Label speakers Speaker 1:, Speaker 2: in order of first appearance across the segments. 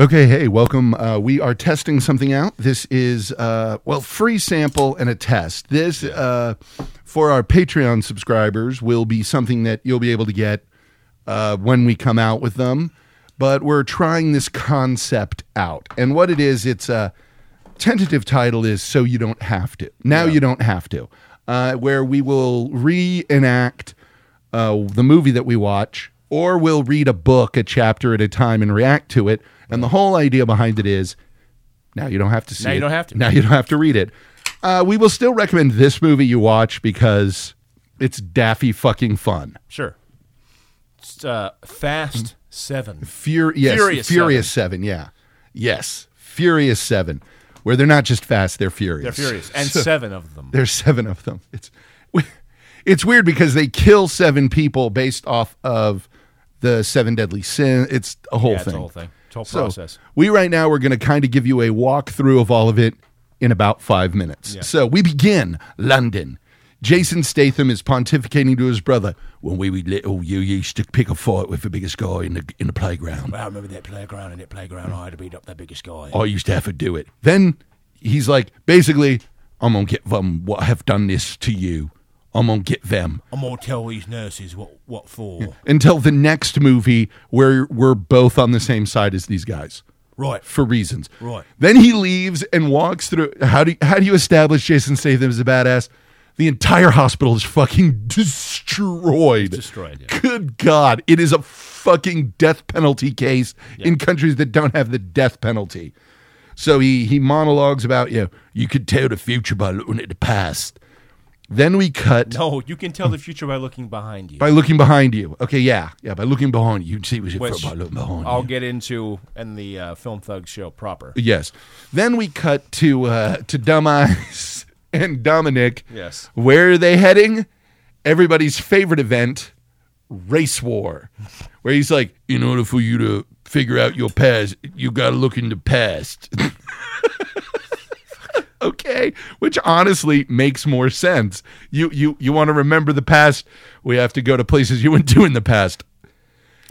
Speaker 1: Okay, hey, welcome. Uh, we are testing something out. This is, uh, well, free sample and a test. This, uh, for our Patreon subscribers, will be something that you'll be able to get uh, when we come out with them. But we're trying this concept out. And what it is, it's uh, a tentative title is So You Don't Have to. Now You Don't Have to, uh, where we will reenact uh, the movie that we watch, or we'll read a book a chapter at a time and react to it. And the whole idea behind it is now you don't have to see.
Speaker 2: Now you
Speaker 1: it.
Speaker 2: don't have to.
Speaker 1: Now you don't have to read it. Uh, we will still recommend this movie you watch because it's daffy fucking fun.
Speaker 2: Sure. It's, uh,
Speaker 1: Hmm.
Speaker 2: Fast Seven.
Speaker 1: Fur- yes,
Speaker 2: Furious
Speaker 1: Seven. Yeah, yes, Furious Seven, where they're not just fast, they're furious.
Speaker 2: They're furious, and seven of them.
Speaker 1: There's seven of them. It's it's weird because they kill seven people based off of the seven deadly sin. It's a whole
Speaker 2: Yeah, it's
Speaker 1: thing.
Speaker 2: the whole thing. It's the whole
Speaker 1: So
Speaker 2: process.
Speaker 1: we right now we're going to kind of give you a walkthrough of all of it in about five minutes. So we begin London. Jason Statham is pontificating to his brother. When we were little, you used to pick a fight with the biggest guy in the in the playground.
Speaker 2: I remember that playground, and that playground, I had to beat up that biggest guy.
Speaker 1: I used to have to do it. Then he's like, basically, I'm gonna get them what have done this to you. I'm gonna get them.
Speaker 2: I'm gonna tell these nurses what what for.
Speaker 1: Until the next movie where we're both on the same side as these guys.
Speaker 2: Right.
Speaker 1: For reasons.
Speaker 2: Right.
Speaker 1: Then he leaves and walks through how do you, how do you establish Jason Statham as a badass? The entire hospital is fucking destroyed.
Speaker 2: destroyed, yeah.
Speaker 1: Good God. It is a fucking death penalty case in countries that don't have the death penalty. So he, he monologues about, you know, you could tell the future by looking at the past. Then we cut
Speaker 2: No, you can tell the future by looking behind you.
Speaker 1: by looking behind you. Okay, yeah. Yeah, by looking behind you. You can see what you
Speaker 2: Which
Speaker 1: by looking behind
Speaker 2: I'll
Speaker 1: you.
Speaker 2: get into in the uh, Film Thug show proper.
Speaker 1: Yes. Then we cut to uh, to Dumb Eyes and Dominic.
Speaker 2: Yes.
Speaker 1: Where are they heading? Everybody's favorite event, race war, where he's like, in order for you to figure out your past, you got to look in the past. okay, which honestly makes more sense. You you you want to remember the past? We have to go to places you went to in the past.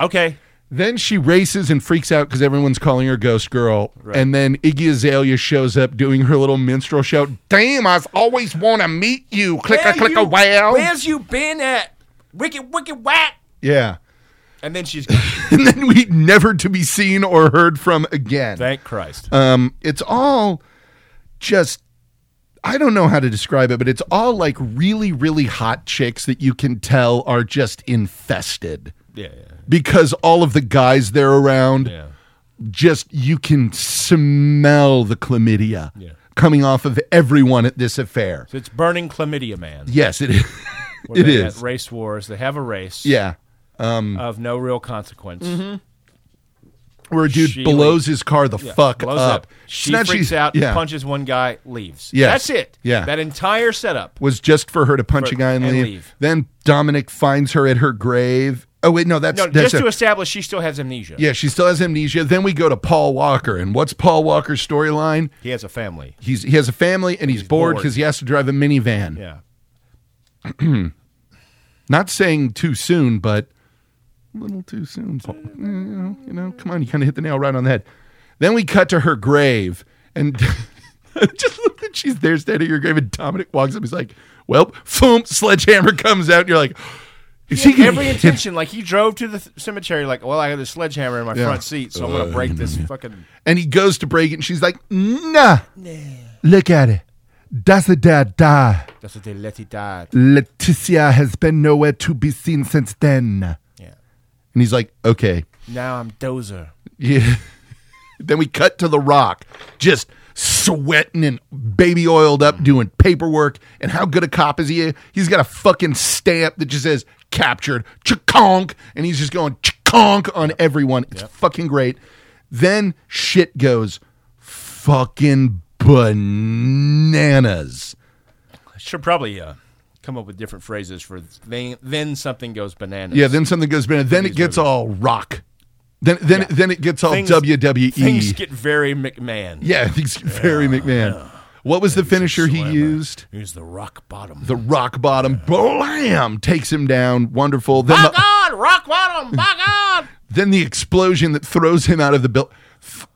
Speaker 2: Okay.
Speaker 1: Then she races and freaks out because everyone's calling her Ghost Girl. And then Iggy Azalea shows up doing her little minstrel show. Damn, I've always want to meet you. Click, click, click, a wow.
Speaker 2: Where's you been at? Wicked, wicked, whack.
Speaker 1: Yeah.
Speaker 2: And then she's
Speaker 1: And then we never to be seen or heard from again.
Speaker 2: thank Christ.
Speaker 1: Um, it's all just I don't know how to describe it, but it's all like really, really hot chicks that you can tell are just infested
Speaker 2: yeah, yeah,
Speaker 1: because all of the guys they're around.
Speaker 2: yeah.
Speaker 1: just you can smell the chlamydia
Speaker 2: Yeah.
Speaker 1: coming off of everyone at this affair.
Speaker 2: So it's burning chlamydia, man.
Speaker 1: Yes, it is.
Speaker 2: Where
Speaker 1: it
Speaker 2: they at
Speaker 1: is.
Speaker 2: race wars. They have a race
Speaker 1: Yeah. Mm-hmm.
Speaker 2: of no real consequence.
Speaker 1: Where a dude
Speaker 2: She
Speaker 1: blows his car the fuck
Speaker 2: Blows
Speaker 1: up.
Speaker 2: up. She
Speaker 1: Snatches-
Speaker 2: freaks out,
Speaker 1: yeah.
Speaker 2: punches one guy, leaves.
Speaker 1: Yes.
Speaker 2: That's it.
Speaker 1: Yeah.
Speaker 2: That entire setup.
Speaker 1: Was just for her to punch
Speaker 2: For-
Speaker 1: a guy and,
Speaker 2: and
Speaker 1: leave.
Speaker 2: leave.
Speaker 1: Then Dominic finds her at her grave. Oh wait, no, that's
Speaker 2: No,
Speaker 1: that's
Speaker 2: just
Speaker 1: a-
Speaker 2: to establish she still has amnesia.
Speaker 1: yeah. She still has amnesia. Then we go to Paul Walker, and what's Paul Walker's storyline?
Speaker 2: He has a family.
Speaker 1: He's he has a family and he's, bored
Speaker 2: bored.
Speaker 1: because he has to drive a minivan.
Speaker 2: Yeah.
Speaker 1: Not saying too soon, but a little too soon. Paul. You know, you know, come on, you kind of hit the nail right on the head. Then we cut to her grave, and just look that she's there standing at your grave, and Dominic walks up. He's like, "Well, boom!" Sledgehammer comes out, and you're like, "Is he gonna
Speaker 2: Every
Speaker 1: hit
Speaker 2: intention, like he drove to the th- cemetery, like, well, I have this sledgehammer in my front seat, so I'm gonna break this
Speaker 1: Uh,
Speaker 2: fucking.
Speaker 1: And he goes to break it, and she's like, "Nah, look at it. That's a dad die.
Speaker 2: That's what they let it die.
Speaker 1: Leticia has been nowhere to be seen since then."
Speaker 2: Yeah.
Speaker 1: And he's like, "Okay."
Speaker 2: Now I'm dozer.
Speaker 1: Yeah. then we cut to The Rock, just sweating and baby oiled up, doing paperwork. And how good a cop is he? He's got a fucking stamp that just says captured, chikonk, and he's just going chikonk on everyone. It's fucking great. Then shit goes fucking bananas.
Speaker 2: I should probably uh, come up with different phrases for then. Then something goes bananas.
Speaker 1: Yeah, then something goes bananas. Then it gets all rock. Then then then it gets all
Speaker 2: Things-
Speaker 1: WWE.
Speaker 2: Things get very McMahon.
Speaker 1: E. yeah, things get very McMahon. What was the finisher he
Speaker 2: Slammer.
Speaker 1: used?
Speaker 2: He's the rock bottom.
Speaker 1: the rock bottom, blam, takes him down. Wonderful. Then
Speaker 2: By
Speaker 1: the,
Speaker 2: God, rock bottom. By God.
Speaker 1: then the explosion that throws him out of the building. f-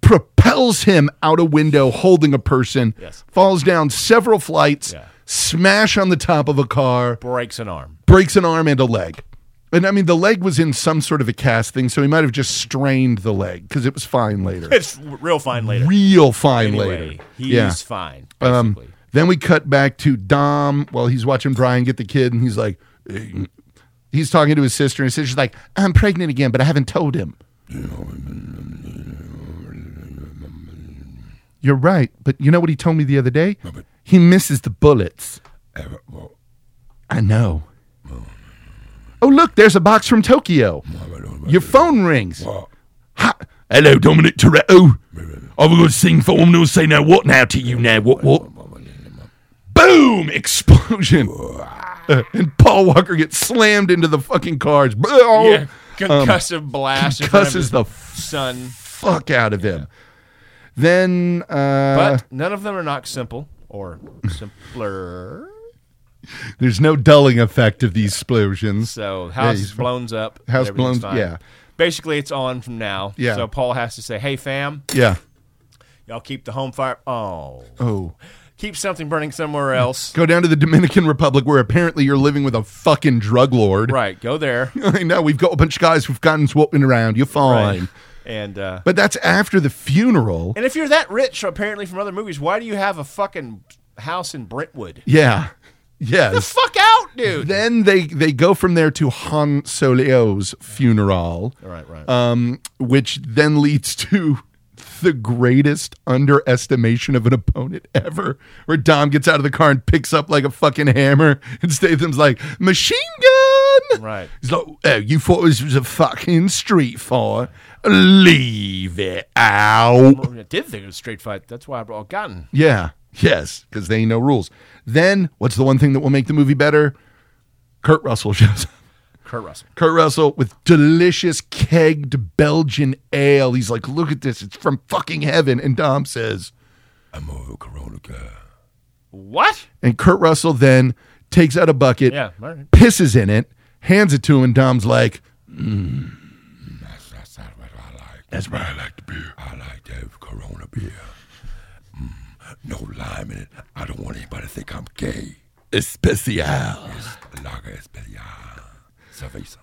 Speaker 1: propels him out a window holding a person,
Speaker 2: Yes.
Speaker 1: falls down several flights,
Speaker 2: Yeah.
Speaker 1: smash on the top of a car,
Speaker 2: breaks an arm.
Speaker 1: breaks an arm and a leg. And I mean, the leg was in some sort of a cast thing, so he might have just strained the leg because it was fine later.
Speaker 2: It's real fine later.
Speaker 1: Real fine
Speaker 2: Anyway,
Speaker 1: later.
Speaker 2: he's
Speaker 1: yeah.
Speaker 2: fine.
Speaker 1: Um,
Speaker 2: Basically.
Speaker 1: then we cut back to Dom while he's watching Brian get the kid, and he's like, eh. he's talking to his sister, and his sister's like, I'm pregnant again, but I haven't told him. You're right, but you know what he told me the other day? He misses the bullets. I know. Oh, look, there's a box from Tokyo. Your phone rings. Hi. Hello, Dominic Toretto. I'm going to sing for him. They'll say now what now to you now. What, what? Boom! Explosion. Uh, and Paul Walker gets slammed into the fucking cars. oh,
Speaker 2: yeah, concussive blast. in front of
Speaker 1: Cusses
Speaker 2: his
Speaker 1: um, the f-
Speaker 2: son.
Speaker 1: fuck out of him. Then, uh,
Speaker 2: But none of them are not simple or simpler.
Speaker 1: there's no dulling effect of these explosions.
Speaker 2: So house
Speaker 1: he's-
Speaker 2: blown up.
Speaker 1: House
Speaker 2: everything's
Speaker 1: blown-
Speaker 2: fine.
Speaker 1: yeah.
Speaker 2: Basically, it's on from now.
Speaker 1: Yeah.
Speaker 2: So Paul has to say, "Hey, fam,
Speaker 1: Yeah.
Speaker 2: y'all keep the home fire. Oh,
Speaker 1: Oh.
Speaker 2: keep something burning somewhere else.
Speaker 1: Go down to the Dominican Republic where apparently you're living with a fucking drug lord.
Speaker 2: right. Go there.
Speaker 1: I know. We've got a bunch of guys with guns walking around. You're fine.
Speaker 2: Right. And uh,
Speaker 1: But that's after the funeral.
Speaker 2: and if you're that rich, apparently from other movies, why do you have a fucking house in Brentwood?
Speaker 1: Yeah.
Speaker 2: The
Speaker 1: Yes.
Speaker 2: fuck out, dude.
Speaker 1: Then they, they go from there to Han Solo's funeral,
Speaker 2: right. Right.
Speaker 1: um, which then leads to the greatest underestimation of an opponent ever, where Dom gets out of the car and picks up like a fucking hammer, and Statham's like, machine gun!
Speaker 2: Right.
Speaker 1: He's like, oh, you thought this was a fucking street fight? Leave it out.
Speaker 2: I oh, did think it was a straight fight. That's why I brought Gotten.
Speaker 1: Yeah. Yes, because they ain't no rules. Then what's the one thing that will make the movie better? Kurt Russell shows up.
Speaker 2: Kurt Russell.
Speaker 1: Kurt Russell with delicious kegged Belgian ale. He's like, look at this. It's from fucking heaven. And Dom says,
Speaker 3: I'm over Corona guy.
Speaker 2: What?
Speaker 1: and Kurt Russell then takes out a bucket,
Speaker 2: Yeah. All right.
Speaker 1: pisses in it, hands it to him, and Dom's like,
Speaker 3: That's, that's not what I like.
Speaker 1: That's
Speaker 3: what I like the beer. I like to have Corona beer. Mm, no lime in it. I don't want anybody to think I'm gay.
Speaker 1: especial.
Speaker 3: It's Lager Especial. Cerveza.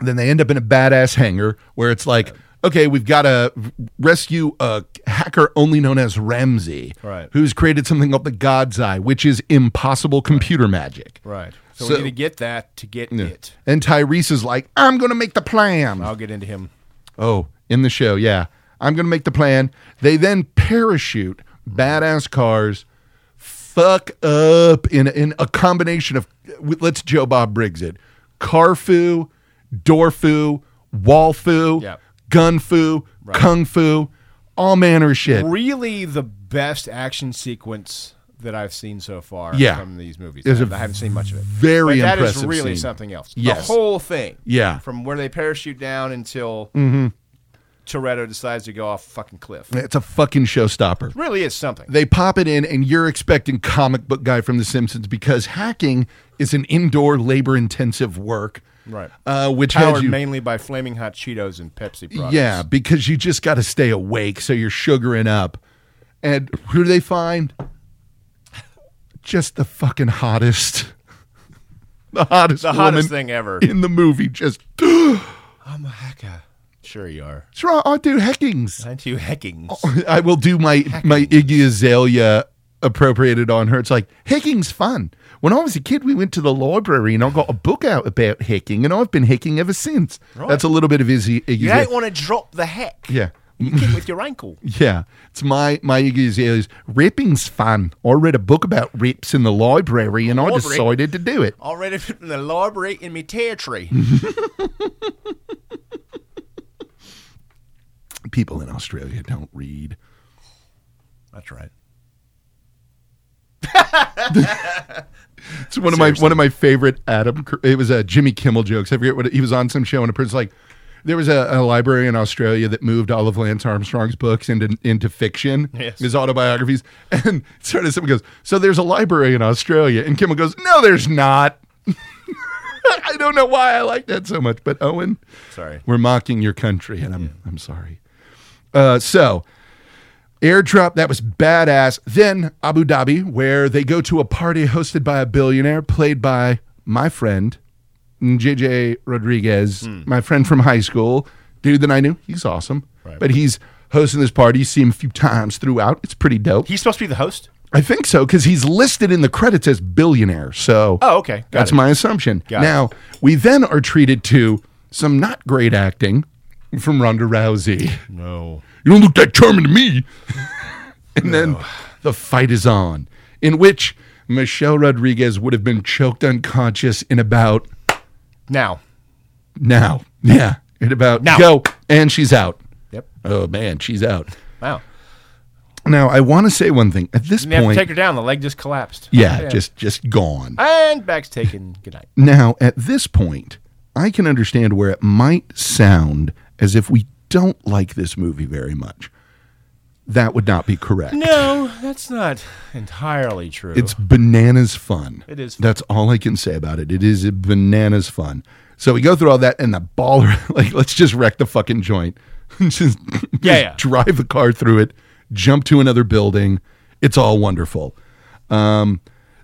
Speaker 1: then they end up in a badass hangar where it's like, okay, we've got to rescue a hacker only known as Ramsey,
Speaker 2: Right.
Speaker 1: who's created something called the God's Eye, which is impossible computer magic.
Speaker 2: Right. So,
Speaker 1: So-
Speaker 2: we need to get that to get it.
Speaker 1: And Tyrese is like, I'm going to make the plan.
Speaker 2: I'll get into him.
Speaker 1: Oh, in the show, yeah. I'm going to make the plan. They then parachute badass cars, fuck up in, in a combination of, let's Joe Bob Briggs it, carfu, doorfu, wallfu,
Speaker 2: Yep.
Speaker 1: gunfu, kung fu, all manner of shit.
Speaker 2: Really, the best action sequence that I've seen so far
Speaker 1: Yeah.
Speaker 2: from these movies.
Speaker 1: There's
Speaker 2: I,
Speaker 1: a
Speaker 2: haven't seen much of it.
Speaker 1: very
Speaker 2: but that is
Speaker 1: impressive
Speaker 2: really
Speaker 1: scene.
Speaker 2: something else.
Speaker 1: Yes.
Speaker 2: The whole thing.
Speaker 1: Yeah. Mm-hmm.
Speaker 2: From where they parachute down until Toretto decides to go off a fucking cliff.
Speaker 1: It's a fucking showstopper.
Speaker 2: Really is something.
Speaker 1: they pop it in and you're expecting comic book guy from the simpsons because hacking is an indoor labor intensive work
Speaker 2: Right.
Speaker 1: uh, which has
Speaker 2: Powered
Speaker 1: you
Speaker 2: mainly by flaming hot Cheetos and Pepsi products.
Speaker 1: yeah because you just got to stay awake so you're sugaring up and who do they find just the fucking hottest the hottest
Speaker 2: The hottest
Speaker 1: woman
Speaker 2: thing ever.
Speaker 1: in the movie just it's
Speaker 2: I'm a hacker. Sure you are.
Speaker 1: right i do hackings
Speaker 2: Aren't you hacking?
Speaker 1: I will do my my Iggy Azalea appropriated on her. It's like hicking's fun. When I was a kid, we went to the library and I got a book out about hicking, and I've been hicking ever since.
Speaker 2: Right.
Speaker 1: That's a little bit of Izzy, Iggy.
Speaker 2: You
Speaker 1: Azalea.
Speaker 2: don't want to drop the heck.
Speaker 1: yeah,
Speaker 2: You kick with your ankle.
Speaker 1: yeah. It's my my Iggy Azalea's ripping's fun. I read a book about rips in the library, and I
Speaker 2: Library?
Speaker 1: decided to do it.
Speaker 2: Already in the library in my territory.
Speaker 1: Mm-hmm. People in Australia don't read.
Speaker 2: That's right.
Speaker 1: It's one of my one of my favorite Adam. Cr- It was a Jimmy Kimmel jokes. I forget what it- he was on some show and a person's like, there was a, a library in Australia that moved all of Lance Armstrong's books into into fiction,
Speaker 2: Yes.
Speaker 1: his autobiographies, and sort of someone goes, so there's a library in Australia, and Kimmel goes, no, there's not. I don't know why I like that so much, but Owen,
Speaker 2: Sorry.
Speaker 1: we're mocking your country, and I'm I'm sorry. Uh, so, airdrop, that was badass. Then Abu Dhabi, where they go to a party hosted by a billionaire, played by my friend, JJ Rodriguez,
Speaker 2: Hmm.
Speaker 1: my friend from high school, dude that I knew. He's awesome. But he's hosting this party. You see him a few times throughout. It's pretty dope.
Speaker 2: He's supposed to be the host.
Speaker 1: I think so because he's listed in the credits as billionaire. So
Speaker 2: Oh, okay. Got
Speaker 1: that's
Speaker 2: it.
Speaker 1: my assumption.
Speaker 2: Got it.
Speaker 1: now we then are treated to some not great acting from Ronda Rousey.
Speaker 2: No.
Speaker 1: You don't look that charming to me. and then the fight is on, in which Michelle Rodriguez would have been choked unconscious in about
Speaker 2: Now.
Speaker 1: now. Yeah, in about
Speaker 2: Now.
Speaker 1: go and she's out.
Speaker 2: Yep.
Speaker 1: Oh man, she's out.
Speaker 2: Wow.
Speaker 1: Now I want to say one thing at this
Speaker 2: And they have to
Speaker 1: point.
Speaker 2: take her down. The leg just collapsed.
Speaker 1: yeah, just just gone.
Speaker 2: And back's taken. Good night.
Speaker 1: Now, at this point, I can understand where it might sound as if we don't like this movie very much. That would not be correct.
Speaker 2: No, that's not entirely true.
Speaker 1: It's bananas fun.
Speaker 2: It is fun.
Speaker 1: That's all I can say about it. It is bananas fun. So we go through all that, and the baller, like, let's just wreck the fucking joint. just, just
Speaker 2: Yeah, yeah.
Speaker 1: drive the car through it, jump to another building. It's all wonderful. Um,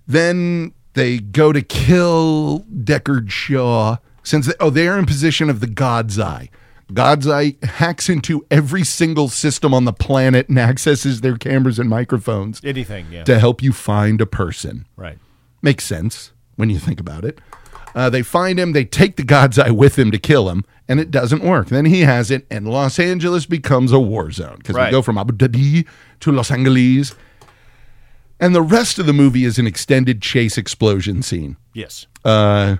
Speaker 1: then they go to kill Deckard Shaw. Since they, oh, they are in position of the God's Eye. God's Eye hacks into every single system on the planet and accesses their cameras and microphones
Speaker 2: anything. Yeah.
Speaker 1: to help you find a person.
Speaker 2: right.
Speaker 1: Makes sense when you think about it. Uh, they find him, they take the God's Eye with him to kill him, and it doesn't work. Then he has it, and Los Angeles becomes a war zone because we
Speaker 2: Right.
Speaker 1: go from Abu Dhabi to Los Angeles. And the rest of the movie is an extended chase explosion scene.
Speaker 2: Yes.
Speaker 1: Uh,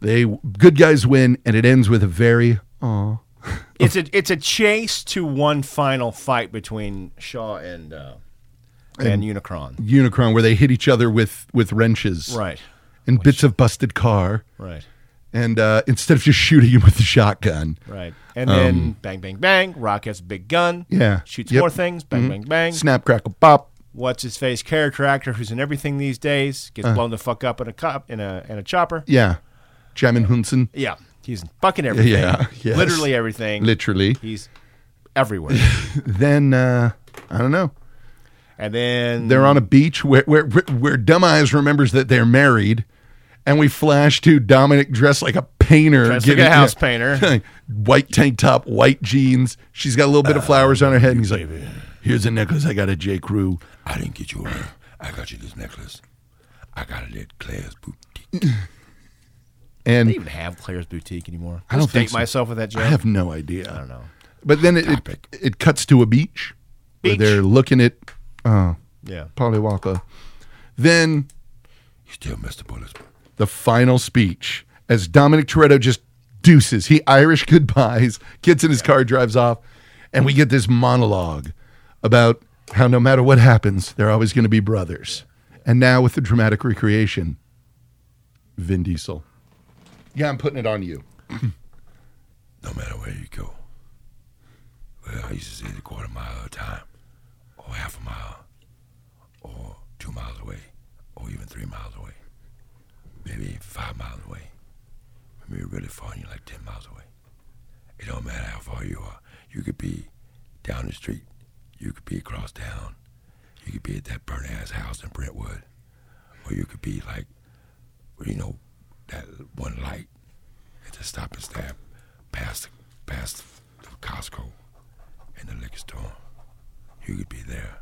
Speaker 1: they good guys win, and it ends with a very aw.
Speaker 2: It's a it's a chase to one final fight between Shaw and uh, and Unicron.
Speaker 1: Unicron where they hit each other with with wrenches
Speaker 2: Right.
Speaker 1: and bits of busted car.
Speaker 2: Right.
Speaker 1: and uh, instead of just shooting him with the shotgun,
Speaker 2: Right. And then bang bang bang. Rock has a big gun.
Speaker 1: Um, Yeah.
Speaker 2: Shoots
Speaker 1: Yep. Mm-hmm.
Speaker 2: more things. Bang bang bang.
Speaker 1: snap, crackle, pop.
Speaker 2: What's his face character actor who's in everything these days gets
Speaker 1: Uh-huh.
Speaker 2: blown the fuck up in a cop in a in a chopper.
Speaker 1: Yeah, Jamin Hunsen,
Speaker 2: Yeah. He's in fucking everything.
Speaker 1: Yeah, yes.
Speaker 2: Literally everything.
Speaker 1: literally.
Speaker 2: He's everywhere.
Speaker 1: Then uh, I don't know.
Speaker 2: and then
Speaker 1: They're on a beach where where where Dumb Eyes remembers that they're married, and we flash to Dominic dressed like a painter,
Speaker 2: Dressed like a house painter.
Speaker 1: white tank top, white jeans. She's got a little bit
Speaker 2: Oh,
Speaker 1: of flowers on her head, and he's like, "Here's a necklace I got at J Crew."
Speaker 3: I didn't get you a ring. I got you this necklace. I got it at Claire's boutique.
Speaker 2: I
Speaker 1: And
Speaker 2: don't even have Claire's Boutique anymore.
Speaker 1: I don't
Speaker 2: Just
Speaker 1: think
Speaker 2: date
Speaker 1: so.
Speaker 2: myself with that joke.
Speaker 1: I have no idea.
Speaker 2: I don't know.
Speaker 1: But then it, it it cuts to a beach, where
Speaker 2: Beach.
Speaker 1: they're looking at oh,
Speaker 2: Yeah.
Speaker 1: Polly Walker. Then
Speaker 3: You still missed the bullets.
Speaker 1: the final speech as Dominic Toretto just deuces. He Irish goodbyes, gets in his car, drives off, and we get this monologue about how no matter what happens, they're always going to be brothers. And now with the dramatic recreation, Vin Diesel. Yeah, I'm putting it on you.
Speaker 3: No matter where you go. Well, I used to say the quarter mile at a time, or half a mile, or two miles away, or even three miles away, maybe five miles away. Maybe really far, and you're like ten miles away. It don't matter how far you are. You could be down the street. You could be across town. You could be at that burnt ass house in Brentwood, or you could be like, well, you know, that one light at the stop and stop past past the Costco and the liquor store. You could be there.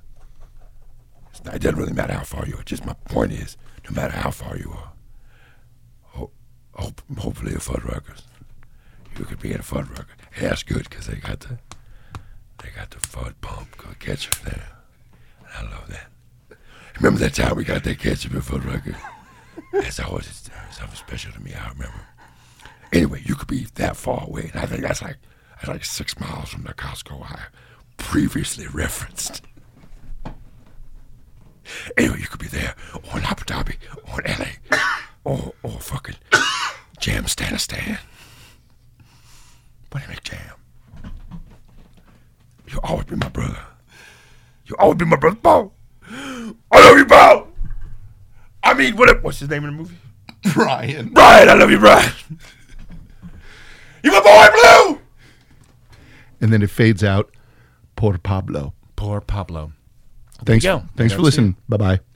Speaker 3: It's not, it doesn't really matter how far you are. Just my point is, no matter how far you are, ho- hope, hopefully a Fuddruckers. You could be at a Fuddrucker. And that's good because they got the they got the Fudd pump called ketchup there. And I love that. Remember that time we got that ketchup at Fuddrucker? That's always it's something special to me. I remember. Anyway, you could be that far away, and I think that's like that's like six miles from the Costco I previously referenced. Anyway, you could be there on Abu Dhabi, on LA, or or fucking Jam Stanistan. What do you make jam? You'll always be my brother. You'll always be my brother, Paul. I love you, Paul. I mean, what? What's his name in the movie?
Speaker 1: Brian.
Speaker 3: Brian, I love you, Brian. You my boy, Blue.
Speaker 1: And then it fades out. Por Pablo.
Speaker 2: Poor Pablo.
Speaker 1: Thanks.
Speaker 2: you go.
Speaker 1: Thanks
Speaker 2: Go
Speaker 1: for
Speaker 2: see
Speaker 1: listening. Bye bye.